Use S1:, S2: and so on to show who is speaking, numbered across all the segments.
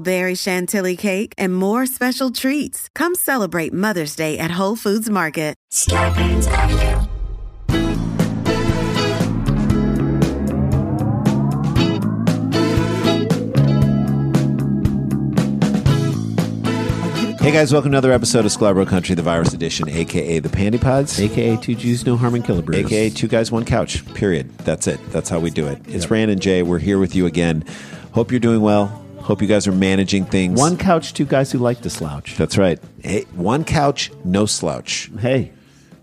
S1: berry chantilly cake, and more special treats. Come celebrate Mother's Day at Whole Foods Market.
S2: Hey guys, welcome to another episode of Scarborough Country, the virus edition, aka the Pandy Pods,
S3: AKA Two Jews, No Harm and Killer Brews.
S2: aka Two Guys One Couch. Period. That's it. That's how we do it. It's Rand and Jay. We're here with you again. Hope you're doing well. Hope you guys are managing things.
S3: One couch, two guys who like to slouch.
S2: That's right. Hey, one couch, no slouch.
S3: Hey,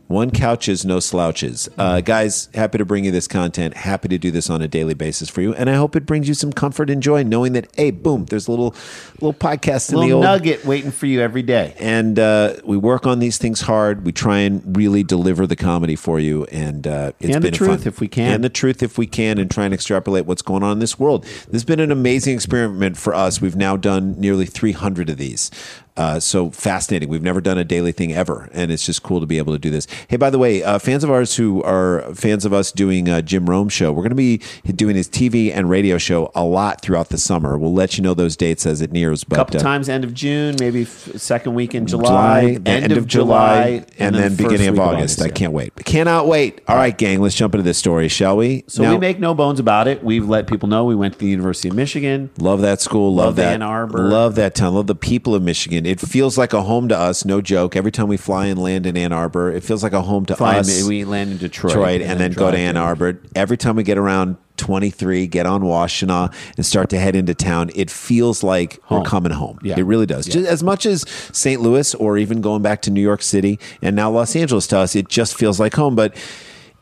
S2: One couches, no slouches. Uh, guys, happy to bring you this content. Happy to do this on a daily basis for you, and I hope it brings you some comfort and joy, knowing that hey, boom, there's a little little podcast in the
S3: little
S2: old
S3: nugget waiting for you every day.
S2: and uh, we work on these things hard. We try and really deliver the comedy for you, and uh, it's
S3: And the
S2: been
S3: truth
S2: fun.
S3: if we can.
S2: and the truth if we can, and try and extrapolate what's going on in this world. This has been an amazing experiment for us. We've now done nearly 300 of these. Uh, so fascinating. We've never done a daily thing ever, and it's just cool to be able to do this. Hey, by the way, uh, fans of ours who are fans of us doing uh, Jim Rome show, we're going to be doing his TV and radio show a lot throughout the summer. We'll let you know those dates as it nears. But
S3: A couple
S2: uh,
S3: times, end of June, maybe f- second week in July,
S2: the end, of July, and, then,
S3: first
S2: beginning of
S3: week
S2: August. I
S3: yeah.
S2: can't wait. Cannot wait. All right, gang, let's jump into this story, shall we?
S3: So
S2: Now-
S3: we make no bones about it. We've let people know we went to the University of Michigan.
S2: Love that school. Love,
S3: Love
S2: that
S3: Ann Arbor.
S2: Love that town. Love the people of Michigan. It feels like a home to us. No joke. Every time we fly and land in Ann Arbor, it feels like a home to
S3: Fly,
S2: us.
S3: Um, we land in Detroit,
S2: Detroit, and, then go to
S3: drive
S2: Ann Arbor. Every time we get around 23, get on Washtenaw and start to head into town, it feels like we're coming home.
S3: Yeah.
S2: It really does. Just as much as St. Louis or even going back to New York City and now Los Angeles to us, it just feels like home. But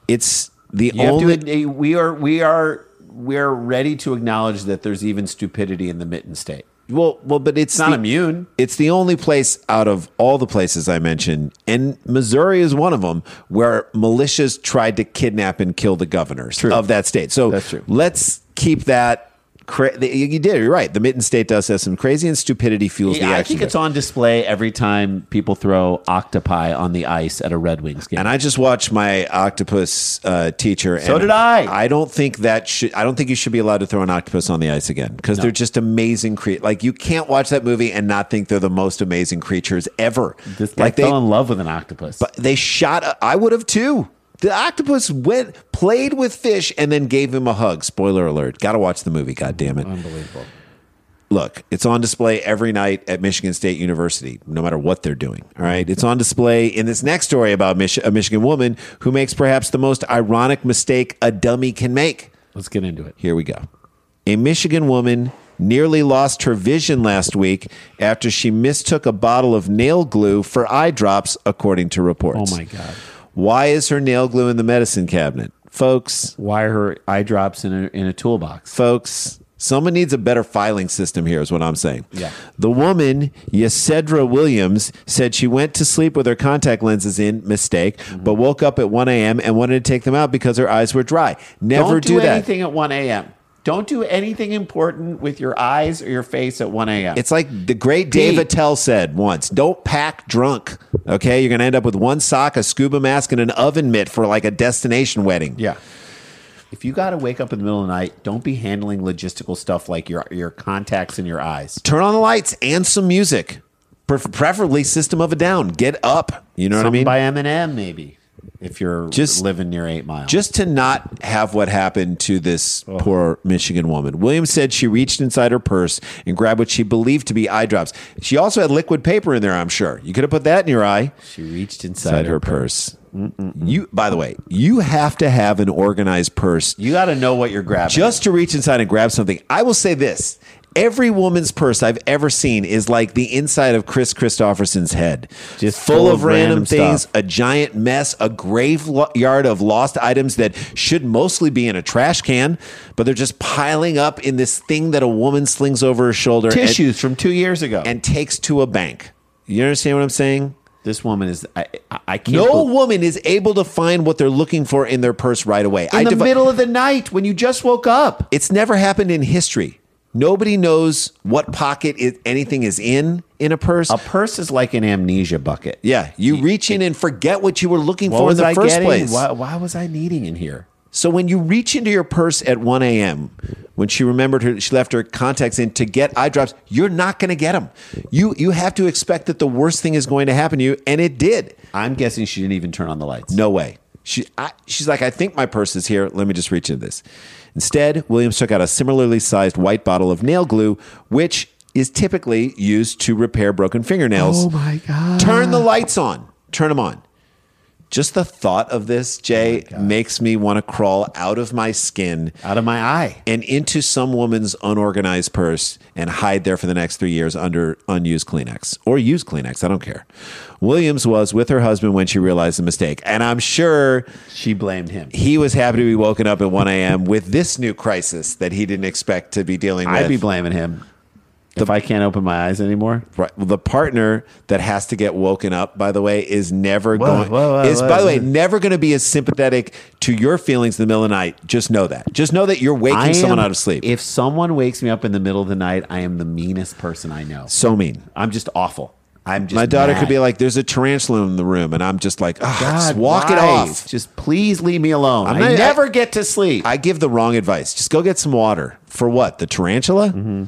S2: it's the
S3: You have to
S2: only.
S3: ad- we are we are we are ready to acknowledge that there's even stupidity in the Mitten State.
S2: well, well, but it's
S3: It's not
S2: the-
S3: immune.
S2: It's the only place out of all the places I mentioned, and Missouri is one of them, where militias tried to kidnap and kill the governors of that state. So
S3: That's true.
S2: let's keep that. Cra- you you did. You're right. The Mitten State does have some crazy and stupidity fuels the
S3: Yeah,
S2: action.
S3: I think
S2: there.
S3: it's on display every time people throw octopi on the ice at a Red Wings game.
S2: And I just watched my octopus uh, teacher.
S3: So
S2: and
S3: did I.
S2: I don't think that should. I don't think you should be allowed to throw an octopus on the ice again because they're just amazing. Cre- like you can't watch that movie and not think they're the most amazing creatures ever.
S3: Just
S2: like
S3: like
S2: they
S3: fell in love with an octopus.
S2: But they shot. a- I would have too. The octopus went played with fish and then gave him a hug. Spoiler alert! Got to watch the movie. God damn it!
S3: Unbelievable.
S2: Look, it's on display every night at Michigan State University, no matter what they're doing. All right, it's on display in this next story about Mich- a Michigan woman who makes perhaps the most ironic mistake a dummy can make.
S3: Let's get into it.
S2: Here we go. A Michigan woman nearly lost her vision last week after she mistook a bottle of nail glue for eye drops, according to reports.
S3: Oh my God.
S2: Why is her nail glue in the medicine cabinet? Folks,
S3: Why are her eye drops in a, in a toolbox?
S2: folks, someone needs a better filing system here, is what I'm saying.
S3: Yeah.
S2: The woman, Yacedra Williams, said she went to sleep with her contact lenses in, mistake, but woke up at 1 a.m. and wanted to take them out because her eyes were dry. Never
S3: Don't do,
S2: that.
S3: anything at 1 a.m. Don't do anything important with your eyes or your face at 1 a.m.
S2: It's like the great Dave Attell said once don't pack drunk. Okay. You're going to end up with one sock, a scuba mask, and an oven mitt for like a destination wedding.
S3: Yeah. If you got to wake up in the middle of the night, don't be handling logistical stuff like your your contacts and your eyes.
S2: Turn on the lights and some music, Pref- preferably System of a Down. Get up. You know what I mean?
S3: By Eminem, maybe if you're
S2: Just-
S3: just living near Eight Mile.
S2: just to not have what happened to this poor Michigan woman. Williams said she reached inside her purse and grabbed what she believed to be eye drops. She also had liquid paper in there, I'm sure. You could have put that in your eye.
S3: she reached
S2: Inside her purse. You by the way, you have to have an organized purse
S3: You got to know what you're grabbing.
S2: just to reach inside and grab something. I will say this. Every woman's purse I've ever seen is like the inside of Chris Christopherson's head.
S3: Just full of random
S2: things,
S3: stuff.
S2: a giant mess, a graveyard of lost items that should mostly be in a trash can, but they're just piling up in this thing that a woman slings over her shoulder and-
S3: tissues from two years ago.
S2: and, takes to a bank. You understand what I'm saying?
S3: this woman is I I, I can't.
S2: No
S3: believe-
S2: woman is able to find what they're looking for in their purse right away.
S3: in the
S2: devi-
S3: middle of the night when you just woke up.
S2: It's never happened in history. Nobody knows what pocket it, anything is in in a purse.
S3: A purse is like an amnesia bucket.
S2: yeah, you reach in and forget what you were looking
S3: What
S2: for in
S3: was
S2: the
S3: I
S2: first
S3: getting?
S2: place.
S3: Why, why was I needing in here?
S2: So when you reach into your purse at 1 a.m., when she remembered her, she left her contacts in to get eye drops. You're not going to get them. You you have to expect that the worst thing is going to happen to you, and it did.
S3: I'm guessing she didn't even turn on the lights.
S2: No way. She, I, she's like, I think my purse is here. Let me just reach into this. Instead, Williams took out a similarly sized white bottle of nail glue, which is typically used to repair broken fingernails.
S3: Oh my god.
S2: Turn the lights on. Turn them on. Just the thought of
S3: Oh
S2: this, Jay, makes me want to crawl out of my skin
S3: Out of my eye.
S2: and into some woman's unorganized purse and hide there for the next three years under unused Kleenex or used Kleenex. I don't care. Williams was with her husband when she realized the mistake. And I'm sure
S3: She blamed him.
S2: he was happy to be woken up at 1 a.m. with this new crisis that he didn't expect to be dealing with.
S3: I'd be blaming him. if I can't open my eyes anymore,
S2: Right. Well, the partner that has to get woken up, by the way, is never
S3: Whoa,
S2: going.
S3: whoa, whoa,
S2: is by
S3: whoa.
S2: the way never going to be as sympathetic to your feelings in the middle of the night. Just know that. Just know that you're waking
S3: I
S2: someone
S3: am-
S2: out of sleep.
S3: If someone wakes me up in the middle of the night, I am the meanest person I know.
S2: so mean.
S3: I'm just awful. I'm just
S2: My daughter
S3: mad.
S2: could be like, "There's a tarantula in the room," and I'm just like, "Ah,
S3: God,
S2: just walk it
S3: why?
S2: off."
S3: Just please leave me alone.
S2: I'm
S3: i
S2: not- I-
S3: never get to sleep.
S2: I give the wrong advice. Just go get some water for what the tarantula.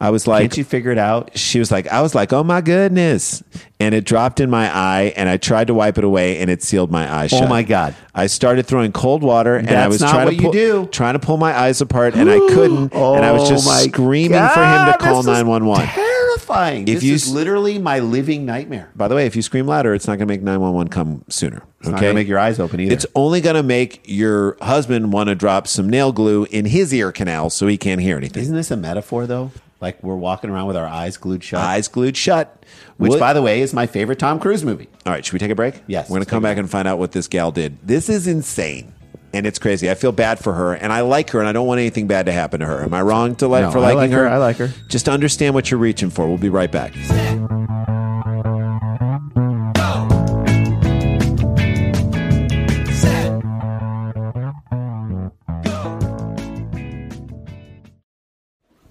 S2: I was like,
S3: Can't you figure it out?
S2: she was like, I was like, oh my goodness. And it dropped in my eye, and I tried to wipe it away, and it sealed my eye shut.
S3: Oh my God.
S2: I started throwing cold water, and I
S3: That's
S2: was
S3: not
S2: trying,
S3: what
S2: to
S3: you
S2: pull-
S3: do.
S2: trying to pull my eyes apart, and I couldn't. and I was just
S3: Oh my
S2: screaming
S3: God,
S2: for him to
S3: this
S2: call
S3: is
S2: 911.
S3: Terrifying.
S2: If
S3: this
S2: you
S3: is
S2: s-
S3: literally my living nightmare.
S2: By the way, if you scream louder, it's not going to make 911 come sooner.
S3: It's not
S2: okay?
S3: gonna make your eyes open either.
S2: It's only going to make your husband want to drop some nail glue in his ear canal so he can't hear anything.
S3: Isn't this a metaphor though? Like we're walking around with our eyes glued shut.
S2: Eyes glued shut.
S3: which,
S2: Will-
S3: by the way, is my favorite Tom Cruise movie.
S2: All right, should we take a break?
S3: Yes,
S2: We're going
S3: let's
S2: to come
S3: take a
S2: back and find out what this gal did. This is insane. And it's crazy. I feel bad for her, and I like her, and I don't want anything bad to happen to her. Am I wrong to like
S3: No,
S2: for
S3: I
S2: liking
S3: like her. I like her.
S2: Just understand what you're reaching for. We'll be right back.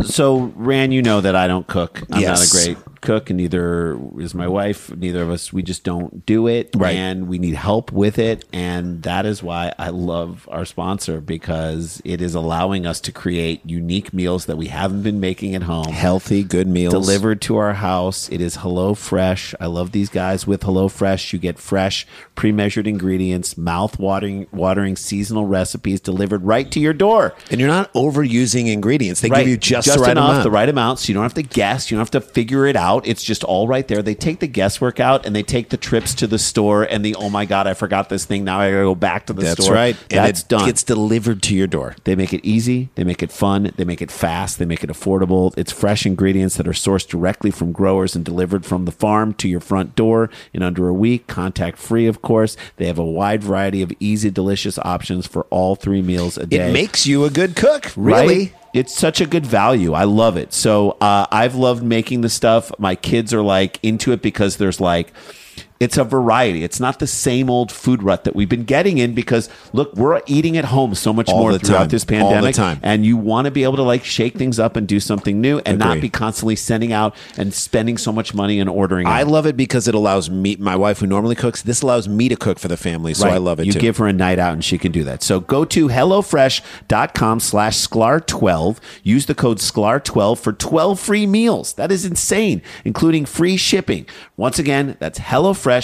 S3: So, Ran, you know that I don't cook. I'm
S2: Yes.
S3: not a great cook, and neither is my wife. Neither of us, we just don't do it.
S2: Right.
S3: And we need help with it. And that is why I love our sponsor because it is allowing us to create unique meals that we haven't been making at home.
S2: Healthy, good meals
S3: Delivered to our house. It is HelloFresh. I love these guys with HelloFresh. You get fresh, pre measured ingredients, mouth watering, watering seasonal recipes delivered right to your door
S2: and you're not overusing ingredients. They give you just, the right
S3: enough,
S2: amount.
S3: the right amount, so you don't have to guess, you don't have to figure it out. It's just all right there. They take the guesswork out, and they take the trips to the store and the oh my god, I forgot this thing. Now I gotta go back to the
S2: That's
S3: store.
S2: right. and
S3: that's
S2: it
S3: done.
S2: Gets delivered to your door.
S3: They make it easy, they make it fun, they make it fast, they make it affordable. It's fresh ingredients that are sourced directly from growers and delivered from the farm to your front door in under a week, contact free, of course. They have a wide variety of easy, delicious options for all three meals a day.
S2: It makes you a good cook,
S3: right?
S2: really.
S3: It's such a good value. I love it. So uh, I've loved making the stuff. My kids are like into it because there's like It's a variety. It's not the same old food rut that we've been getting in because look, we're eating at home so much
S2: All
S3: more
S2: the
S3: throughout
S2: time.
S3: this
S2: All the
S3: pandemic.
S2: time.
S3: And you want to be able to like shake things up and do something new and not
S2: Agreed.
S3: be constantly sending out and spending so much money and ordering.
S2: I
S3: out.
S2: love it because it allows me, my wife who normally cooks, this allows me to cook for the family. So
S3: Right.
S2: I love it
S3: You
S2: too.
S3: give her a night out and she can do that. So go to HelloFresh.com slash SCLAR12. Use the code SCLAR12 for 12 free meals. That is insane, including free shipping. Once again, that's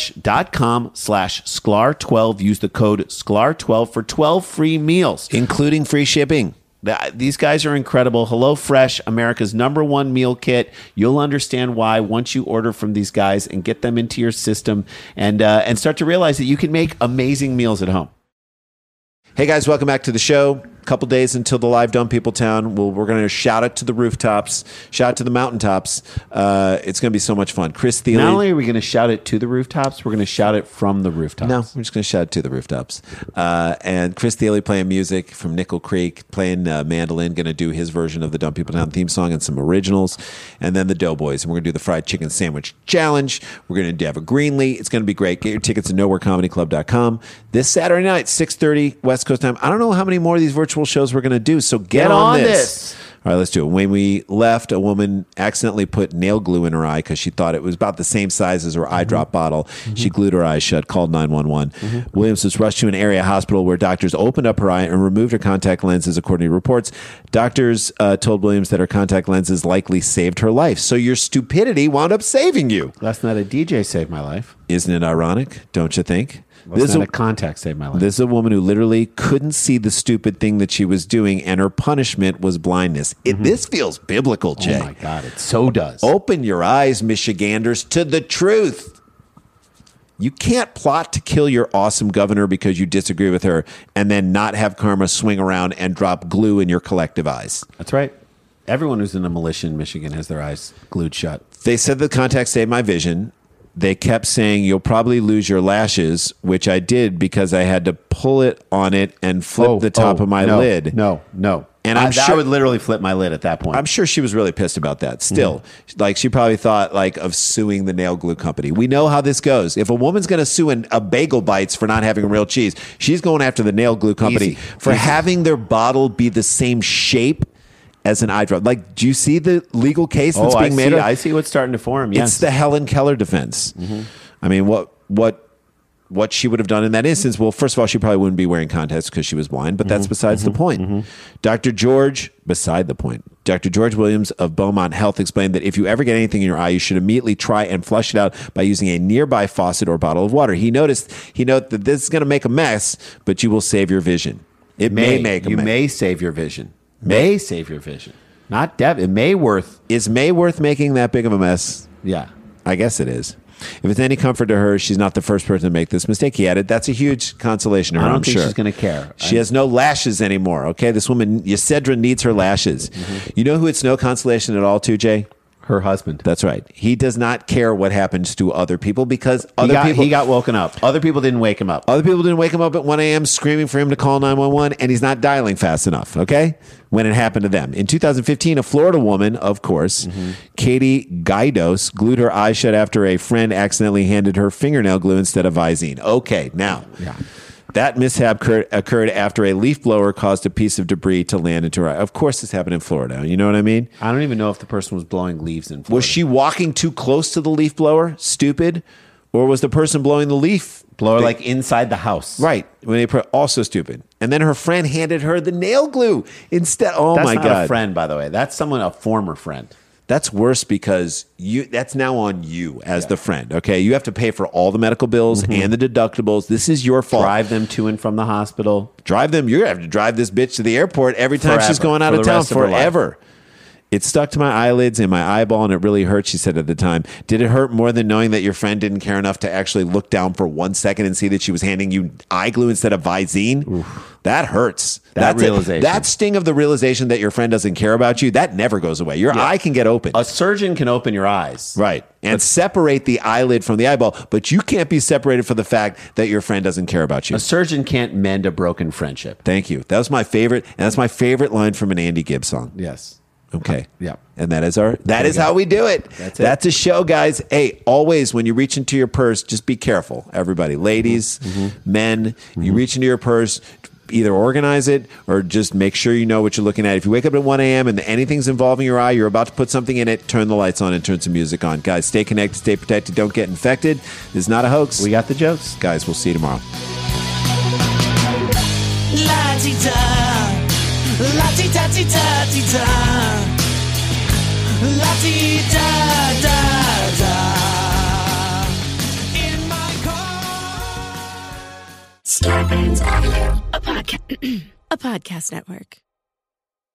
S3: HelloFresh.com slash SCLAR12. Use the code SCLAR12 for 12 free meals.
S2: including free shipping.
S3: Th- These guys are incredible. HelloFresh, America's number one meal kit. You'll understand why once you order from these guys and get them into your system and, uh, and start to realize that you can make amazing meals at home.
S2: Hey guys, welcome back to the show. couple days until the live Dumb People Town. Well, we're going to shout it to the rooftops, shout it to the mountaintops. Uh, it's going to be so much fun. Chris Thielen.
S3: Not only are we going to shout it to the rooftops, we're going to shout it from the rooftops.
S2: No, we're just going to shout it to the rooftops. Uh, and Chris Thiele playing music from Nickel Creek, playing uh, mandolin, going to do his version of the Dumb People Down theme song and some originals. And then the Doughboys. And we're going to do the fried chicken sandwich challenge. We're going to have a Greenlee. It's going to be great. Get your tickets at nowherecomedyclub.com. This Saturday night, 6.30 West Coast time. I don't know how many more of these virtual shows we're going to do, so get,
S3: Get
S2: on,
S3: on
S2: this.
S3: this.
S2: All right, let's do it. When we left, a woman accidentally put nail glue in her eye because she thought it was about the same size as her eye drop bottle. She glued her eyes shut, called 911. Williams was rushed to an area hospital where doctors opened up her eye and removed her contact lenses, according to reports. Doctors uh, told Williams that her contact lenses likely saved her life. So your stupidity wound up saving you.
S3: Last night, a DJ saved my life.
S2: Isn't it ironic? Don't you think?
S3: Last
S2: This is
S3: night,
S2: a-
S3: a contact saved my life.
S2: this is a woman who literally couldn't see the stupid thing that she was doing, and her punishment was blindness. It, This feels biblical, Jay.
S3: Mm-hmm. oh my God, it so does.
S2: Open your eyes, Michiganders, to the truth. You can't plot to kill your awesome governor because you disagree with her and then not have karma swing around and drop glue in your collective eyes.
S3: That's right. Everyone who's in a militia in Michigan has their eyes glued shut.
S2: They said the contact saved my vision. They kept saying, You'll probably lose your lashes, which I did because I had to pull it on it and flip the top
S3: oh,
S2: of my
S3: no,
S2: lid.
S3: No, no.
S2: And I'm
S3: I, I
S2: sure-
S3: would literally flip my lid at that point. Mm-hmm.
S2: I'm sure she was really pissed about that. Still, like she probably thought like of suing the nail glue company. We know how this goes. If a woman's going to sue an, a bagel bites for not having real cheese, she's going after the nail glue company
S3: Easy.
S2: for
S3: Easy.
S2: having their bottle be the same shape as an eye drop. Like, do you see the legal case that's
S3: oh, I
S2: being made?
S3: see,
S2: up?
S3: I see what's starting to form. Yes.
S2: It's the Helen Keller defense.
S3: Mm-hmm.
S2: I mean, what what what she would have done in that instance? Well, first of all, she probably wouldn't be wearing contacts because she was blind, but
S3: Mm-hmm.
S2: that's besides the point. Dr. George, beside the point. Dr. George Williams of Beaumont Health explained that if you ever get anything in your eye, you should immediately try and flush it out by using a nearby faucet or bottle of water. He noticed he noted that this is going to make a mess, but you will save your vision. It may, make a
S3: you
S2: mess.
S3: may save your vision. May save your vision. Not deb. It may worth.
S2: Is May worth making that big of a mess?
S3: Yeah.
S2: I guess it is. If it's any comfort to her, she's not the first person to make this mistake. He added, "That's a huge consolation to her.
S3: I don't
S2: am
S3: think
S2: sure
S3: she's gonna care.
S2: She
S3: I-
S2: has no lashes anymore. Okay, this woman Ysedra needs her lashes. You know who it's no consolation at all to, Jay?
S3: Mm-hmm. Her husband.
S2: That's right. He does not care what happens to other people because
S3: he
S2: other
S3: got,
S2: people
S3: he got woken up. Other people didn't wake him up.
S2: other people didn't wake him up at 1 a.m. screaming for him to call 911, and he's not dialing fast enough, okay? When it happened to them. In 2015, a Florida woman, of course, Katie Guidos, glued her eyes shut after a friend accidentally handed her fingernail glue instead of Visine. Okay, now.
S3: Yeah.
S2: That mishap occurred, occurred after a leaf blower caused a piece of debris to land into her eye. Of course, this happened in Florida. You know what I mean?
S3: I don't even know if the person was blowing leaves in Florida.
S2: Was she walking too close to the leaf blower? Stupid. Or was the person blowing the leaf
S3: blower like inside the house?
S2: Right. When they put also stupid. And then her friend handed her the nail glue instead. Oh
S3: That's
S2: my
S3: not
S2: god.
S3: a friend, by the way. That's someone, a former friend.
S2: That's worse because you that's now on you as the friend. Okay. You have to pay for all the medical bills and the deductibles. This is your fault.
S3: Mm-hmm. Drive them to and from the hospital.
S2: Drive them. You're gonna have to drive this bitch to the airport every time she's
S3: Forever.
S2: going out
S3: For
S2: of
S3: the
S2: town
S3: rest of her life.
S2: forever. It stuck to my eyelids and my eyeball, and it really hurt, she said at the time. Did it hurt more than knowing that your friend didn't care enough to actually look down for one second and see that she was handing you eye glue instead of Visine? That hurts.
S3: That
S2: it.
S3: realization.
S2: That sting of the realization that your friend doesn't care about you, that never goes away. Your eye can get open.
S3: A surgeon can open your eyes.
S2: Right. And separate the eyelid from the eyeball, but you can't be separated from the fact that your friend doesn't care about you.
S3: A surgeon can't mend a broken friendship.
S2: Thank you. That was my favorite, and that's my favorite line from an Andy Gibb song.
S3: Yes.
S2: Okay.
S3: Yeah.
S2: And that is our that is how we do it.
S3: That's it.
S2: That's a show, guys. Hey, always when you reach into your purse, just be careful, everybody. Ladies, men, you reach into your purse, either organize it or just make sure you know what you're looking at. If you wake up at 1 a.m. and anything's involving your eye, you're about to put something in it, turn the lights on and turn some music on. Guys, stay connected, stay protected, don't get infected. This is not a hoax.
S3: We got the jokes.
S2: guys, we'll see you tomorrow.
S4: La-ti-ta, la-ti-ta-ti-ta-ti-ta, la-ti-da-da-da. In my car.
S5: Star Bands Audio, a podcast, a podcast network.